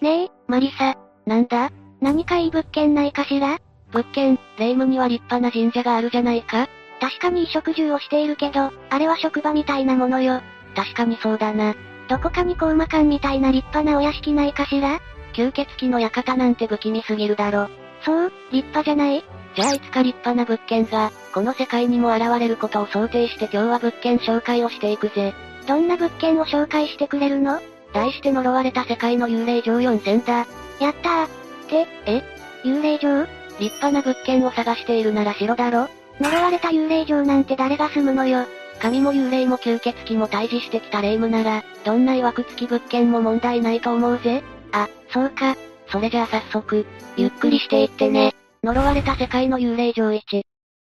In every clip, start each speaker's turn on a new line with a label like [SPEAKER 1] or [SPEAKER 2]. [SPEAKER 1] ねえ、マリサ。
[SPEAKER 2] なんだ
[SPEAKER 1] 何かいい物件ないかしら
[SPEAKER 2] 物件、霊夢には立派な神社があるじゃないか
[SPEAKER 1] 確かに衣食住をしているけど、あれは職場みたいなものよ。
[SPEAKER 2] 確かにそうだな。
[SPEAKER 1] どこかに高魔館みたいな立派なお屋敷ないかしら
[SPEAKER 2] 吸血鬼の館なんて不気味すぎるだろ。
[SPEAKER 1] そう、立派じゃない
[SPEAKER 2] じゃあいつか立派な物件が、この世界にも現れることを想定して今日は物件紹介をしていくぜ。
[SPEAKER 1] どんな物件を紹介してくれるの
[SPEAKER 2] 題して呪われた世界の幽霊城4000だ。
[SPEAKER 1] やったー。って、
[SPEAKER 2] え
[SPEAKER 1] 幽霊城
[SPEAKER 2] 立派な物件を探しているなら城だろ
[SPEAKER 1] 呪われた幽霊城なんて誰が住むのよ。
[SPEAKER 2] 神も幽霊も吸血鬼も退治してきた霊夢なら、どんな曰くつき物件も問題ないと思うぜ。
[SPEAKER 1] あ、そうか。
[SPEAKER 2] それじゃあ早速、ゆっくりしていってね。呪われた世界の幽霊城1。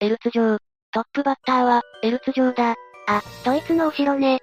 [SPEAKER 2] エルツ城。トップバッターは、エルツ城だ。
[SPEAKER 1] あ、ドイツのお城ね。知っ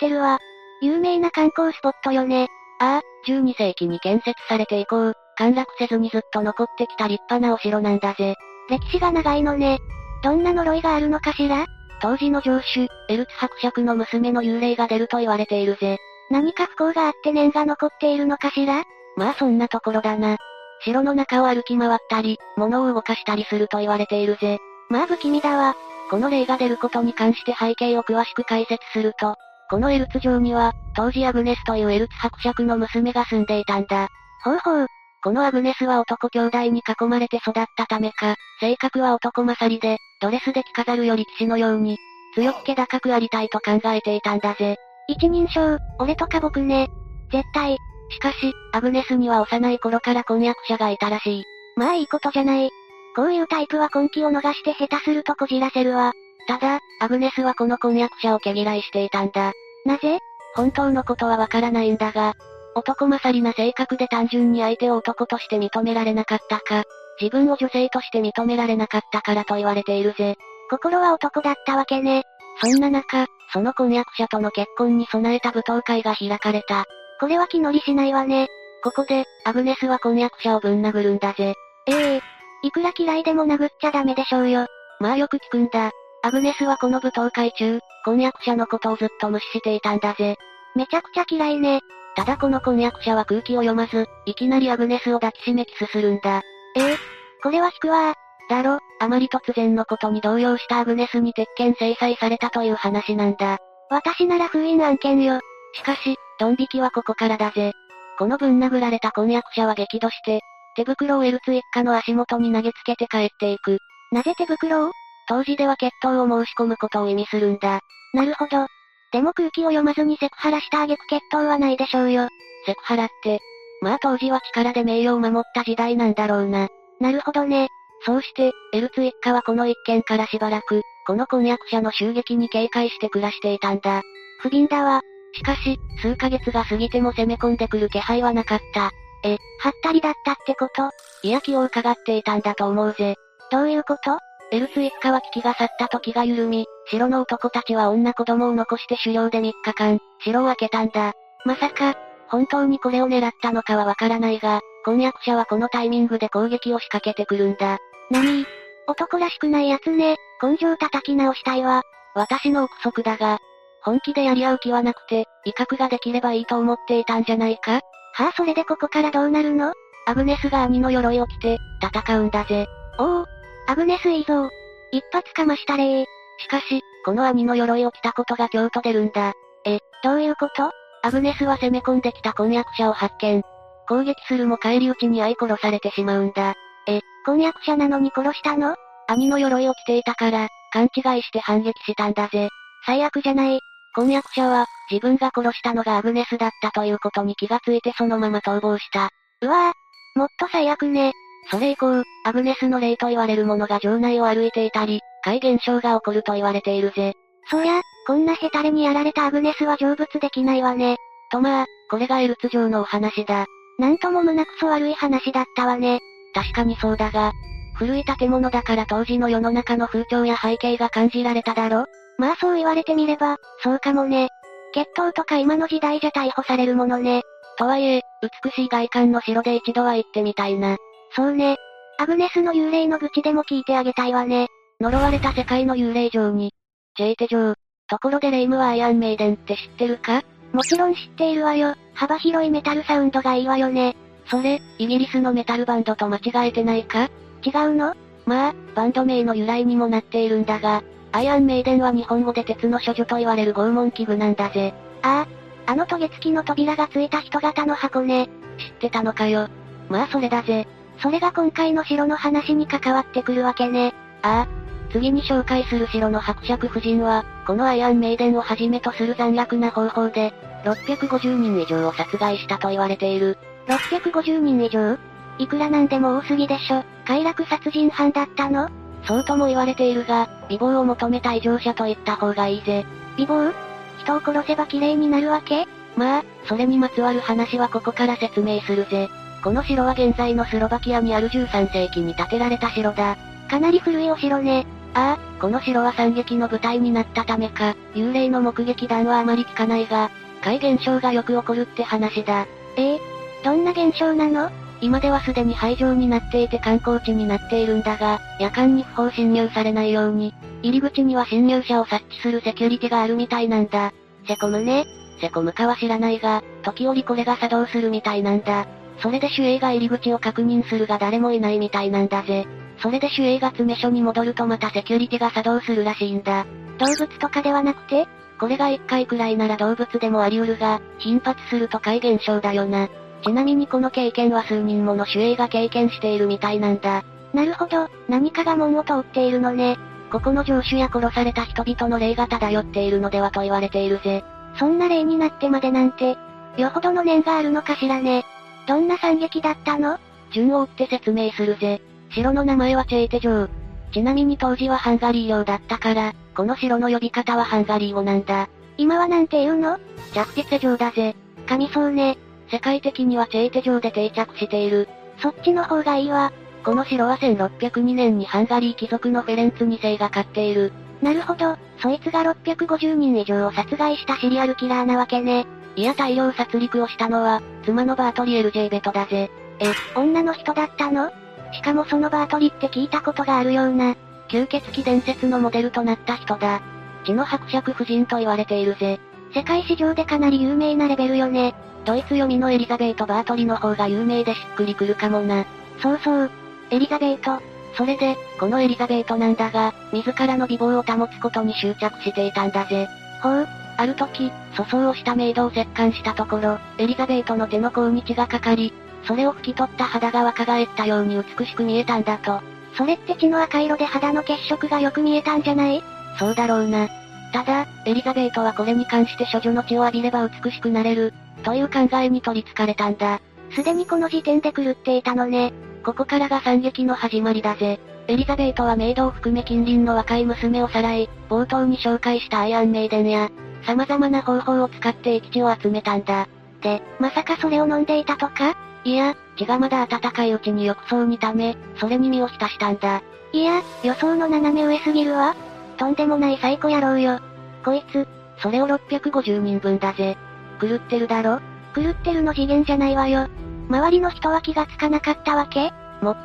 [SPEAKER 1] てるわ。有名な観光スポットよね。
[SPEAKER 2] ああ、12世紀に建設されて以降、陥落せずにずっと残ってきた立派なお城なんだぜ。
[SPEAKER 1] 歴史が長いのね。どんな呪いがあるのかしら
[SPEAKER 2] 当時の城主、エルツ伯爵の娘の幽霊が出ると言われているぜ。
[SPEAKER 1] 何か不幸があって念が残っているのかしら
[SPEAKER 2] まあそんなところだな。城の中を歩き回ったり、物を動かしたりすると言われているぜ。
[SPEAKER 1] まあ不気味だわ。
[SPEAKER 2] この霊が出ることに関して背景を詳しく解説すると、このエルツ城には、当時アグネスというエルツ伯爵の娘が住んでいたんだ。
[SPEAKER 1] ほうほう。
[SPEAKER 2] このアグネスは男兄弟に囲まれて育ったためか、性格は男勝りで、ドレスで着飾るより騎士のように、強く気高くありたいと考えていたんだぜ。
[SPEAKER 1] 一人称、俺とか僕ね。絶対。
[SPEAKER 2] しかし、アグネスには幼い頃から婚約者がいたらしい。
[SPEAKER 1] まあいいことじゃない。こういうタイプは根気を逃して下手するとこじらせるわ。
[SPEAKER 2] ただ、アグネスはこの婚約者を毛嫌いしていたんだ。
[SPEAKER 1] なぜ
[SPEAKER 2] 本当のことはわからないんだが、男勝りな性格で単純に相手を男として認められなかったか、自分を女性として認められなかったからと言われているぜ。
[SPEAKER 1] 心は男だったわけね。
[SPEAKER 2] そんな中、その婚約者との結婚に備えた舞踏会が開かれた。
[SPEAKER 1] これは気乗りしないわね。
[SPEAKER 2] ここで、アグネスは婚約者をぶん殴るんだぜ。
[SPEAKER 1] ええー、いくら嫌いでも殴っちゃダメでしょうよ。
[SPEAKER 2] まあよく聞くんだ。アグネスはこの舞踏会中、婚約者のことをずっと無視していたんだぜ。
[SPEAKER 1] めちゃくちゃ嫌いね。
[SPEAKER 2] ただこの婚約者は空気を読まず、いきなりアグネスを抱きしめキスするんだ。
[SPEAKER 1] えー、これは引くわ
[SPEAKER 2] だろ、あまり突然のことに動揺したアグネスに鉄拳制裁されたという話なんだ。
[SPEAKER 1] 私なら封印案件よ。
[SPEAKER 2] しかし、ドン引きはここからだぜ。このぶん殴られた婚約者は激怒して、手袋をエルツ一家の足元に投げつけて帰っていく。
[SPEAKER 1] なぜ手袋を
[SPEAKER 2] 当時では決闘を申し込むことを意味するんだ。
[SPEAKER 1] なるほど。でも空気を読まずにセクハラした挙句決闘はないでしょうよ。
[SPEAKER 2] セクハラって。まあ当時は力で名誉を守った時代なんだろうな。
[SPEAKER 1] なるほどね。
[SPEAKER 2] そうして、エルツ一家はこの一件からしばらく、この婚約者の襲撃に警戒して暮らしていたんだ。
[SPEAKER 1] 不憫だわ。
[SPEAKER 2] しかし、数ヶ月が過ぎても攻め込んでくる気配はなかった。
[SPEAKER 1] え、はったりだったってこと
[SPEAKER 2] いや気を伺っていたんだと思うぜ。
[SPEAKER 1] どういうこと
[SPEAKER 2] エルツ一家は危機が去った時が緩み、城の男たちは女子供を残して狩猟で3日間、城を開けたんだ。まさか、本当にこれを狙ったのかはわからないが、婚約者はこのタイミングで攻撃を仕掛けてくるんだ。
[SPEAKER 1] 何男らしくないやつね、根性叩き直したいわ。
[SPEAKER 2] 私の憶測だが、本気でやり合う気はなくて、威嚇ができればいいと思っていたんじゃないか
[SPEAKER 1] はあ、それでここからどうなるの
[SPEAKER 2] アグネスが兄の鎧を着て、戦うんだぜ。
[SPEAKER 1] おお、アグネスいいぞ。一発かましたれー。
[SPEAKER 2] しかし、この兄の鎧を着たことが京都出るんだ。
[SPEAKER 1] え、どういうこと
[SPEAKER 2] アグネスは攻め込んできた婚約者を発見。攻撃するも返り討ちに相殺されてしまうんだ。
[SPEAKER 1] え、婚約者なのに殺したの
[SPEAKER 2] 兄の鎧を着ていたから、勘違いして反撃したんだぜ。
[SPEAKER 1] 最悪じゃない。
[SPEAKER 2] 婚約者は、自分が殺したのがアグネスだったということに気がついてそのまま逃亡した。
[SPEAKER 1] うわぁ、もっと最悪ね。
[SPEAKER 2] それ以降、アグネスの霊と言われるものが城内を歩いていたり、怪現象が起こると言われているぜ。
[SPEAKER 1] そりゃ、こんなヘタレにやられたアグネスは成仏できないわね。
[SPEAKER 2] とまあ、これがエルツ城のお話だ。
[SPEAKER 1] なんとも胸くそ悪い話だったわね。
[SPEAKER 2] 確かにそうだが、古い建物だから当時の世の中の風潮や背景が感じられただろ
[SPEAKER 1] まあそう言われてみれば、そうかもね。決闘とか今の時代じゃ逮捕されるものね。
[SPEAKER 2] とはいえ、美しい外観の城で一度は行ってみたいな。
[SPEAKER 1] そうね。アグネスの幽霊の愚痴でも聞いてあげたいわね。
[SPEAKER 2] 呪われた世界の幽霊城に。ジェイテ城。ところでレイムはアイアンメイデンって知ってるか
[SPEAKER 1] もちろん知っているわよ。幅広いメタルサウンドがいいわよね。
[SPEAKER 2] それ、イギリスのメタルバンドと間違えてないか
[SPEAKER 1] 違うの
[SPEAKER 2] まあ、バンド名の由来にもなっているんだが、アイアンメイデンは日本語で鉄の処女と言われる拷問器具なんだぜ。
[SPEAKER 1] ああ、あのトゲ付きの扉がついた人型の箱ね。
[SPEAKER 2] 知ってたのかよ。まあそれだぜ。
[SPEAKER 1] それが今回の城の話に関わってくるわけね。
[SPEAKER 2] ああ、次に紹介する城の伯爵夫人は、このアイアンメイデンをはじめとする残虐な方法で、650人以上を殺害したと言われている。
[SPEAKER 1] 650人以上いくらなんでも多すぎでしょ。快楽殺人犯だったの
[SPEAKER 2] そうとも言われているが、美貌を求めた異常者と言った方がいいぜ。
[SPEAKER 1] 美貌人を殺せば綺麗になるわけ
[SPEAKER 2] まあ、それにまつわる話はここから説明するぜ。この城は現在のスロバキアにある13世紀に建てられた城だ。
[SPEAKER 1] かなり古いお城ね。
[SPEAKER 2] ああ、この城は惨劇の舞台になったためか、幽霊の目撃談はあまり聞かないが、怪現象がよく起こるって話だ。
[SPEAKER 1] ええどんな現象なの
[SPEAKER 2] 今ではすでに廃城になっていて観光地になっているんだが、夜間に不法侵入されないように、入り口には侵入者を察知するセキュリティがあるみたいなんだ。セコムね。セコムかは知らないが、時折これが作動するみたいなんだ。それで守衛が入り口を確認するが誰もいないみたいなんだぜ。それで守衛が詰め所に戻るとまたセキュリティが作動するらしいんだ。
[SPEAKER 1] 動物とかではなくて
[SPEAKER 2] これが1回くらいなら動物でもあり得るが、頻発すると怪現象だよな。ちなみにこの経験は数人もの守衛が経験しているみたいなんだ。
[SPEAKER 1] なるほど、何かが門を通っているのね。
[SPEAKER 2] ここの城主や殺された人々の霊が漂っているのではと言われているぜ。
[SPEAKER 1] そんな例になってまでなんて、よほどの念があるのかしらね。どんな惨劇だったの
[SPEAKER 2] 順を追って説明するぜ。城の名前はチェーテ城。ちなみに当時はハンガリー領だったから、この城の呼び方はハンガリー語なんだ。
[SPEAKER 1] 今はなんて言うの
[SPEAKER 2] 着地世城だぜ。
[SPEAKER 1] 噛みそうね。
[SPEAKER 2] 世界的にはチェーテ城で定着している。
[SPEAKER 1] そっちの方がいいわ。
[SPEAKER 2] この城は1602年にハンガリー貴族のフェレンツ2世が飼っている。
[SPEAKER 1] なるほど、そいつが650人以上を殺害したシリアルキラーなわけね。
[SPEAKER 2] いや大量殺戮をしたのは、妻のバートリエル・ジェイベトだぜ。
[SPEAKER 1] え、女の人だったのしかもそのバートリって聞いたことがあるような。
[SPEAKER 2] 吸血鬼伝説のモデルとなった人だ。血の伯爵夫人と言われているぜ。
[SPEAKER 1] 世界史上でかなり有名なレベルよね。
[SPEAKER 2] ドイツ読みのエリザベート・バートリの方が有名でしっくりくるかもな。
[SPEAKER 1] そうそう。エリザベート。
[SPEAKER 2] それで、このエリザベートなんだが、自らの美貌を保つことに執着していたんだぜ。
[SPEAKER 1] ほう、
[SPEAKER 2] ある時、塗装をしたメイドを折檻したところ、エリザベートの手の甲に血がかかり、それを拭き取った肌が若返ったように美しく見えたんだと。
[SPEAKER 1] それって血の赤色で肌の血色がよく見えたんじゃない
[SPEAKER 2] そうだろうな。ただ、エリザベートはこれに関して処女の血を浴びれば美しくなれる、という考えに取り憑かれたんだ。
[SPEAKER 1] すでにこの時点で狂っていたのね。
[SPEAKER 2] ここからが惨劇の始まりだぜ。エリザベートはメイドを含め近隣の若い娘をさらい、冒頭に紹介したアイアンメイデンや、様々な方法を使って液地を集めたんだ。
[SPEAKER 1] で、まさかそれを飲んでいたとか
[SPEAKER 2] いや、血がまだ暖かいうちに浴槽に溜め、それに身を浸したんだ。
[SPEAKER 1] いや、予想の斜め上すぎるわ。とんでもないサイコ野郎よ。こいつ、
[SPEAKER 2] それを650人分だぜ。狂ってるだろ
[SPEAKER 1] 狂ってるの次元じゃないわよ。周りの人は気がつかなかったわけ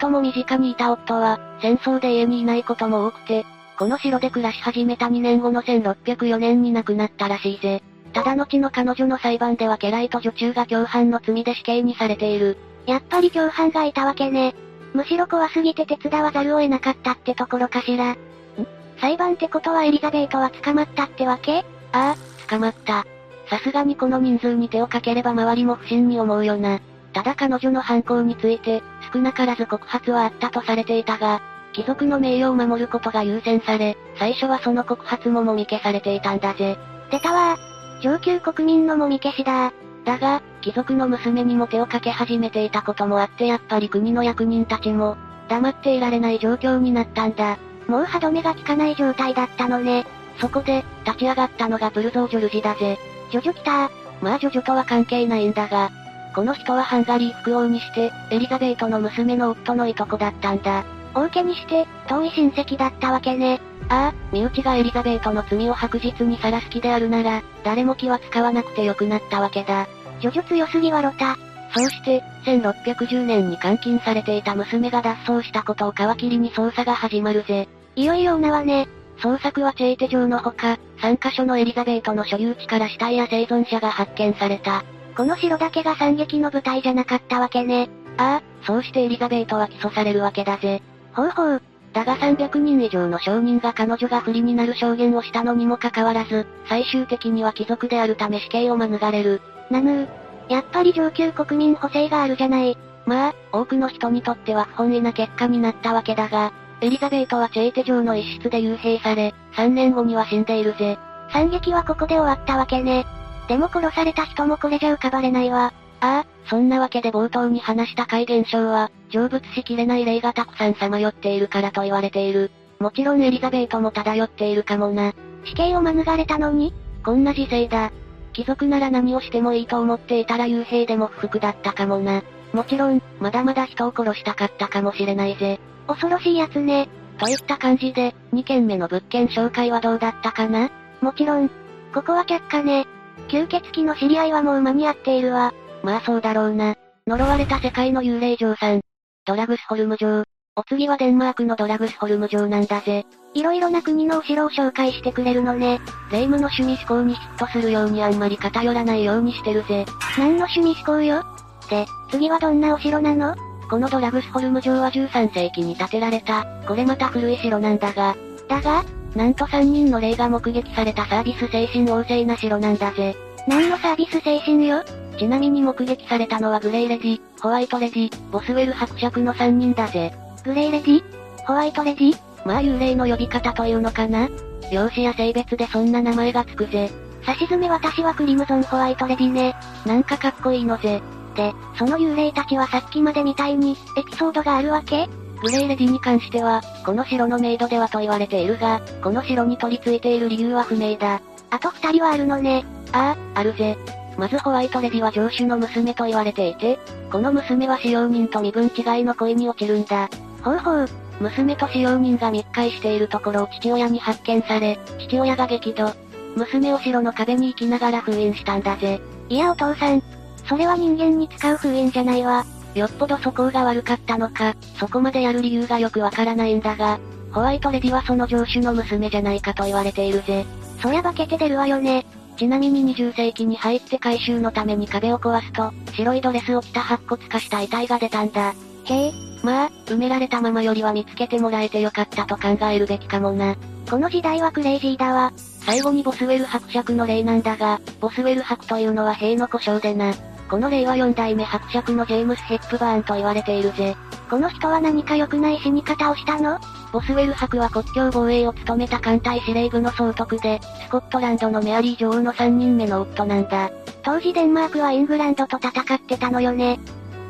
[SPEAKER 2] 最も身近にいた夫は、戦争で家にいないことも多くて、この城で暮らし始めた2年後の1604年に亡くなったらしいぜ。ただ後の彼女の裁判では家来と女中が共犯の罪で死刑にされている。
[SPEAKER 1] やっぱり共犯がいたわけね。むしろ怖すぎて手伝わざるを得なかったってところかしら。ん裁判ってことはエリザベートは捕まったってわけ
[SPEAKER 2] 捕まった。さすがにこの人数に手をかければ周りも不審に思うよな。ただ彼女の犯行について、少なからず告発はあったとされていたが、貴族の名誉を守ることが優先され、最初はその告発ももみ消されていたんだぜ。
[SPEAKER 1] 出たわー。上級国民のもみ消しだー。
[SPEAKER 2] だが、貴族の娘にも手をかけ始めていたこともあってやっぱり国の役人たちも、黙っていられない状況になったんだ。
[SPEAKER 1] もう歯止めが効かない状態だったのね。
[SPEAKER 2] そこで、立ち上がったのがブルゾージョルジだぜ。
[SPEAKER 1] ジョジョ来たー。
[SPEAKER 2] まあジョジョとは関係ないんだが、この人はハンガリー副王にして、エリザベートの娘の夫のいとこだったんだ。
[SPEAKER 1] 大家にして、遠い親戚だったわけね。
[SPEAKER 2] ああ、身内がエリザベートの罪を白日にさらす気であるなら、誰も気は使わなくてよくなったわけだ。
[SPEAKER 1] ジョジョ強すぎわロタ。
[SPEAKER 2] そうして、1610年に監禁されていた娘が脱走したことを皮切りに捜査が始まるぜ。
[SPEAKER 1] いよいよ女はね。
[SPEAKER 2] 捜索はチェーテ城のほか、3カ所のエリザベートの所有地から死体や生存者が発見された。
[SPEAKER 1] この城だけが惨劇の舞台じゃなかったわけね。
[SPEAKER 2] ああ、そうしてエリザベートは起訴されるわけだぜ。
[SPEAKER 1] ほうほう。
[SPEAKER 2] だが300人以上の証人が彼女が不利になる証言をしたのにもかかわらず、最終的には貴族であるため死刑を免れる。
[SPEAKER 1] なぬー。やっぱり上級国民補正があるじゃない。
[SPEAKER 2] まあ、多くの人にとっては不本意な結果になったわけだが、エリザベートはチェーテ城の一室で幽閉され、3年後には死んでいるぜ。
[SPEAKER 1] 惨劇はここで終わったわけね。でも殺された人もこれじゃ浮かばれないわ。
[SPEAKER 2] ああ、そんなわけで冒頭に話した怪現象は、成仏しきれない霊がたくさんさまよっているからと言われている。もちろんエリザベートも漂っているかもな。
[SPEAKER 1] 死刑を免れたのに
[SPEAKER 2] こんな時勢だ。貴族なら何をしてもいいと思っていたら幽閉でも不服だったかもな。もちろん、まだまだ人を殺したかったかもしれないぜ。
[SPEAKER 1] 恐ろしいやつね。
[SPEAKER 2] といった感じで、2件目の物件紹介はどうだったかな
[SPEAKER 1] もちろん。ここは却下ね。吸血鬼の知り合いはもう間に合っているわ。
[SPEAKER 2] まあそうだろうな。呪われた世界の幽霊城さん。ドラグスホルム城。お次はデンマークのドラグスホルム城なんだぜ。
[SPEAKER 1] いろいろな国のお城を紹介してくれるのね。
[SPEAKER 2] 霊夢の趣味思考にヒットするようにあんまり偏らないようにしてるぜ。
[SPEAKER 1] 何の趣味思考よで、次はどんなお城なの
[SPEAKER 2] このドラグスホルム城は13世紀に建てられた、これまた古い城なんだが、
[SPEAKER 1] だが、
[SPEAKER 2] なんと3人の霊が目撃されたサービス精神旺盛な城なんだぜ。
[SPEAKER 1] 何のサービス精神よ
[SPEAKER 2] ちなみに目撃されたのはグレイレディ、ホワイトレディ、ボスウェル伯爵の3人だぜ。
[SPEAKER 1] グレイレディホワイトレディ
[SPEAKER 2] まあ幽霊の呼び方というのかな容姿や性別でそんな名前がつくぜ。
[SPEAKER 1] 差し詰め私はクリムゾンホワイトレディね。
[SPEAKER 2] なんかかっこいいのぜ。
[SPEAKER 1] で、その幽霊たちはさっきまでみたいに、エピソードがあるわけ
[SPEAKER 2] グレイレディに関しては、この城のメイドではと言われているが、この城に取り付いている理由は不明だ。
[SPEAKER 1] あと二人はあるのね。
[SPEAKER 2] ああ、あるぜ。まずホワイトレディは上主の娘と言われていて、この娘は使用人と身分違いの恋に落ちるんだ。
[SPEAKER 1] ほうほう。
[SPEAKER 2] 娘と使用人が密会しているところを父親に発見され、父親が激怒。娘を城の壁に行きながら封印したんだぜ。
[SPEAKER 1] いやお父さん。それは人間に使う封印じゃないわ。
[SPEAKER 2] よっぽど素行が悪かったのか、そこまでやる理由がよくわからないんだが、ホワイトレディはその上主の娘じゃないかと言われているぜ。
[SPEAKER 1] そりゃ化けて出るわよね。
[SPEAKER 2] ちなみに20世紀に入って回収のために壁を壊すと、白いドレスを着た白骨化した遺体が出たんだ。
[SPEAKER 1] へえ、
[SPEAKER 2] まあ、埋められたままよりは見つけてもらえてよかったと考えるべきかもな。
[SPEAKER 1] この時代はクレイジーだわ。
[SPEAKER 2] 最後にボスウェル伯爵の霊なんだが、ボスウェル伯というのは兵の故障でな。この霊は4代目伯爵のジェームス・ヘップバーンと言われているぜ。
[SPEAKER 1] この人は何か良くない死に方をしたの
[SPEAKER 2] ボスウェル伯は国境防衛を務めた艦隊司令部の総督で、スコットランドのメアリー女王の3人目の夫なんだ。
[SPEAKER 1] 当時デンマークはイングランドと戦ってたのよね。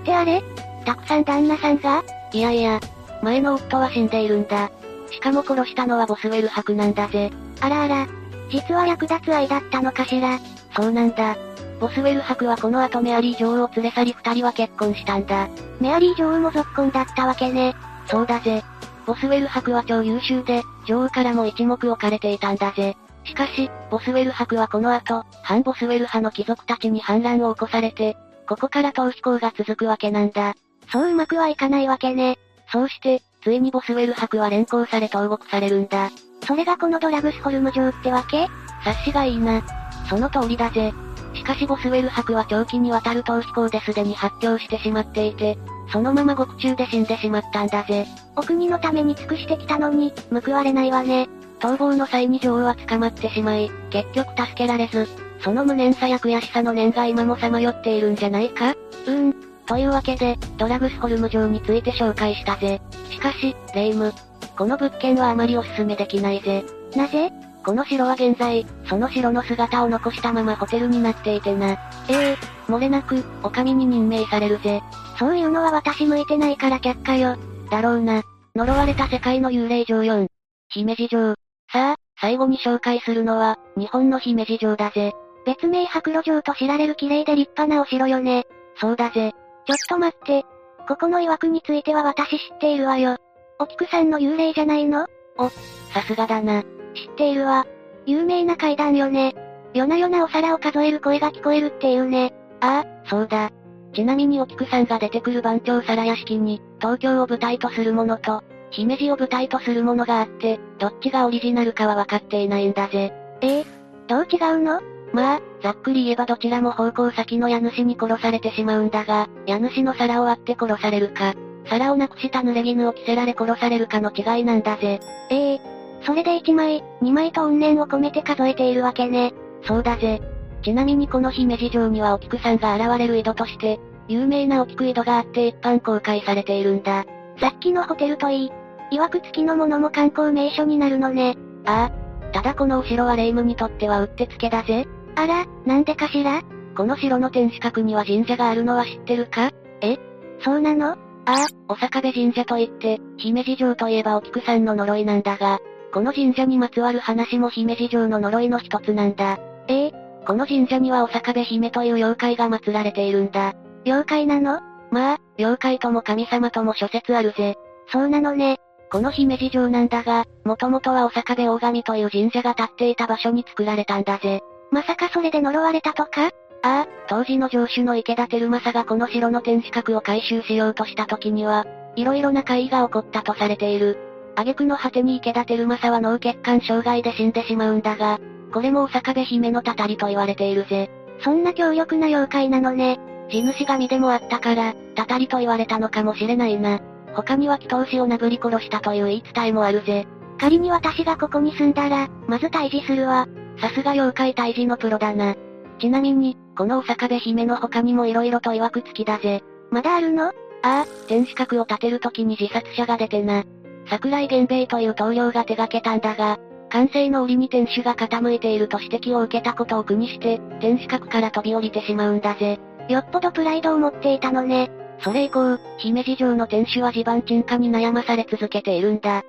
[SPEAKER 1] ってあれたくさん旦那さんが
[SPEAKER 2] いやいや、前の夫は死んでいるんだ。しかも殺したのはボスウェル伯なんだぜ。
[SPEAKER 1] あらあら。実は略奪愛だったのかしら。
[SPEAKER 2] そうなんだ。ボスウェル伯はこの後メアリー女王を連れ去り二人は結婚したんだ。
[SPEAKER 1] メアリー女王も続婚だったわけね。
[SPEAKER 2] そうだぜ。ボスウェル伯は超優秀で、女王からも一目置かれていたんだぜ。しかし、ボスウェル伯はこの後、反ボスウェル派の貴族たちに反乱を起こされて、ここから逃避行が続くわけなんだ。
[SPEAKER 1] そううまくはいかないわけね。
[SPEAKER 2] そうして、ついにボスウェル伯は連行され投獄されるんだ。
[SPEAKER 1] それがこのドラグスホルム城ってわけ
[SPEAKER 2] 察しがいいな。その通りだぜ。しかしボスウェル伯は長期にわたる逃避行ですでに発狂してしまっていて、そのまま獄中で死んでしまったんだぜ。
[SPEAKER 1] お国のために尽くしてきたのに、報われないわね。
[SPEAKER 2] 逃亡の際に女王は捕まってしまい、結局助けられず、その無念さや悔しさの念が今もさまよっているんじゃないか
[SPEAKER 1] うーん。
[SPEAKER 2] というわけで、ドラグスホルム城について紹介したぜ。しかし、レイム。この物件はあまりおすすめできないぜ。
[SPEAKER 1] なぜ
[SPEAKER 2] この城は現在、その城の姿を残したままホテルになっていてな。
[SPEAKER 1] ええ
[SPEAKER 2] 漏れなく、お上に任命されるぜ。
[SPEAKER 1] そういうのは私向いてないから却下よ。
[SPEAKER 2] だろうな。呪われた世界の幽霊城4。姫路城。さあ、最後に紹介するのは、日本の姫路城だぜ。
[SPEAKER 1] 別名白露城と知られる綺麗で立派なお城よね。
[SPEAKER 2] そうだぜ。
[SPEAKER 1] ちょっと待って。ここの曰くについては私知っているわよ。お菊さんの幽霊じゃないの
[SPEAKER 2] お、さすがだな。
[SPEAKER 1] 知っているわ。有名な階段よね。夜な夜なお皿を数える声が聞こえるっていうね。
[SPEAKER 2] ああ、そうだ。ちなみにお菊さんが出てくる番長皿屋敷に、東京を舞台とするものと、姫路を舞台とするものがあって、どっちがオリジナルかは分かっていないんだぜ。
[SPEAKER 1] ええどう違うの
[SPEAKER 2] まあ、ざっくり言えばどちらも奉公先の家主に殺されてしまうんだが、家主の皿を割って殺されるか、皿をなくした濡れ衣を着せられ殺されるかの違いなんだぜ。
[SPEAKER 1] ええそれで1枚、2枚と怨念を込めて数えているわけね。
[SPEAKER 2] そうだぜ。ちなみにこの姫路城にはお菊さんが現れる井戸として、有名なお菊井戸があって一般公開されているんだ。
[SPEAKER 1] さっきのホテルといい。曰く付きのものも観光名所になるのね。
[SPEAKER 2] ああ。ただこのお城は霊夢にとってはうってつけだぜ。
[SPEAKER 1] あら、なんでかしら
[SPEAKER 2] この城の天守閣には神社があるのは知ってるか
[SPEAKER 1] そうなの
[SPEAKER 2] ああ、お坂部神社といって、姫路城といえばお菊さんの呪いなんだが、この神社にまつわる話も姫路城の呪いの一つなんだ。
[SPEAKER 1] ええ
[SPEAKER 2] この神社にはお坂部姫という妖怪が祀られているんだ。
[SPEAKER 1] 妖怪なの
[SPEAKER 2] まあ、妖怪とも神様とも諸説あるぜ。
[SPEAKER 1] そうなのね。
[SPEAKER 2] この姫路城なんだが、もともとはお坂部大神という神社が建っていた場所に作られたんだぜ。
[SPEAKER 1] まさかそれで呪われたとか
[SPEAKER 2] ああ、当時の城主の池田輝正がこの城の天守閣を改修しようとした時には、いろいろな怪異が起こったとされている。挙句の果てに池田輝正は脳血管障害で死んでしまうんだが、これもお坂部姫のたたりと言われているぜ。
[SPEAKER 1] そんな強力な妖怪なのね。
[SPEAKER 2] 地主神でもあったから、たたりと言われたのかもしれないな。他には祈祷師を殴り殺したという言い伝えもあるぜ。
[SPEAKER 1] 仮に私がここに住んだら、まず退治するわ。
[SPEAKER 2] さすが妖怪退治のプロだな。ちなみに、このお坂部姫の他にも色々と曰くつきだぜ。
[SPEAKER 1] まだあるの
[SPEAKER 2] ああ、天守閣を建てる時に自殺者が出てな。桜井源兵衛という棟梁が手掛けたんだが、完成の折に天守が傾いていると指摘を受けたことを苦にして、天守閣から飛び降りてしまうんだぜ。
[SPEAKER 1] よっぽどプライドを持っていたのね。
[SPEAKER 2] それ以降、姫路城の天守は地盤沈下に悩まされ続けているんだ。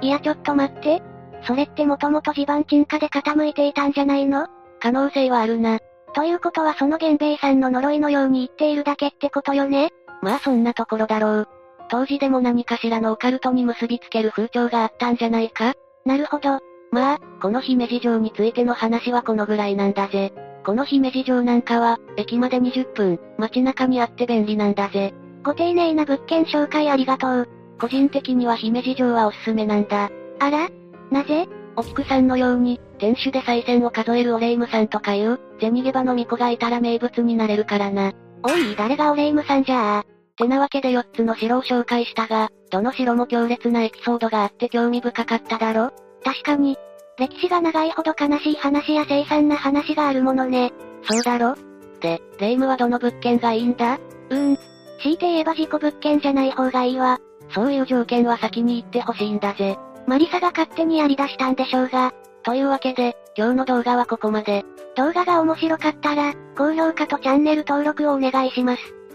[SPEAKER 1] いやちょっと待って。それってもともと地盤沈下で傾いていたんじゃないの
[SPEAKER 2] 可能性はあるな。
[SPEAKER 1] ということはその源兵衛さんの呪いのように言っているだけってことよね
[SPEAKER 2] まあそんなところだろう。当時でも何かしらのオカルトに結びつける風潮があったんじゃないか
[SPEAKER 1] なるほど。
[SPEAKER 2] まあ、この姫路城についての話はこのぐらいなんだぜ。この姫路城なんかは、駅まで20分、街中にあって便利なんだぜ。
[SPEAKER 1] ご丁寧な物件紹介ありがとう。
[SPEAKER 2] 個人的には姫路城はおすすめなんだ。
[SPEAKER 1] あらなぜ
[SPEAKER 2] お菊さんのように、天守で再選を数えるオレイムさんとかいう、銭ゲバの巫女がいたら名物になれるからな。
[SPEAKER 1] おい、誰がオレイムさんじゃあ。
[SPEAKER 2] てなわけで4つの城を紹介したが、どの城も強烈なエピソードがあって興味深かっただろ
[SPEAKER 1] 確かに。歴史が長いほど悲しい話や凄惨な話があるものね。
[SPEAKER 2] そうだろで、霊夢はどの物件がいいんだ
[SPEAKER 1] うーん。強いて言えば事故物件じゃない方がいいわ。
[SPEAKER 2] そういう条件は先に言ってほしいんだぜ。
[SPEAKER 1] マリサが勝手にやり出したんでしょうが、
[SPEAKER 2] というわけで、今日の動画はここまで。
[SPEAKER 1] 動画が面白かったら、高評価とチャンネル登録をお願いします。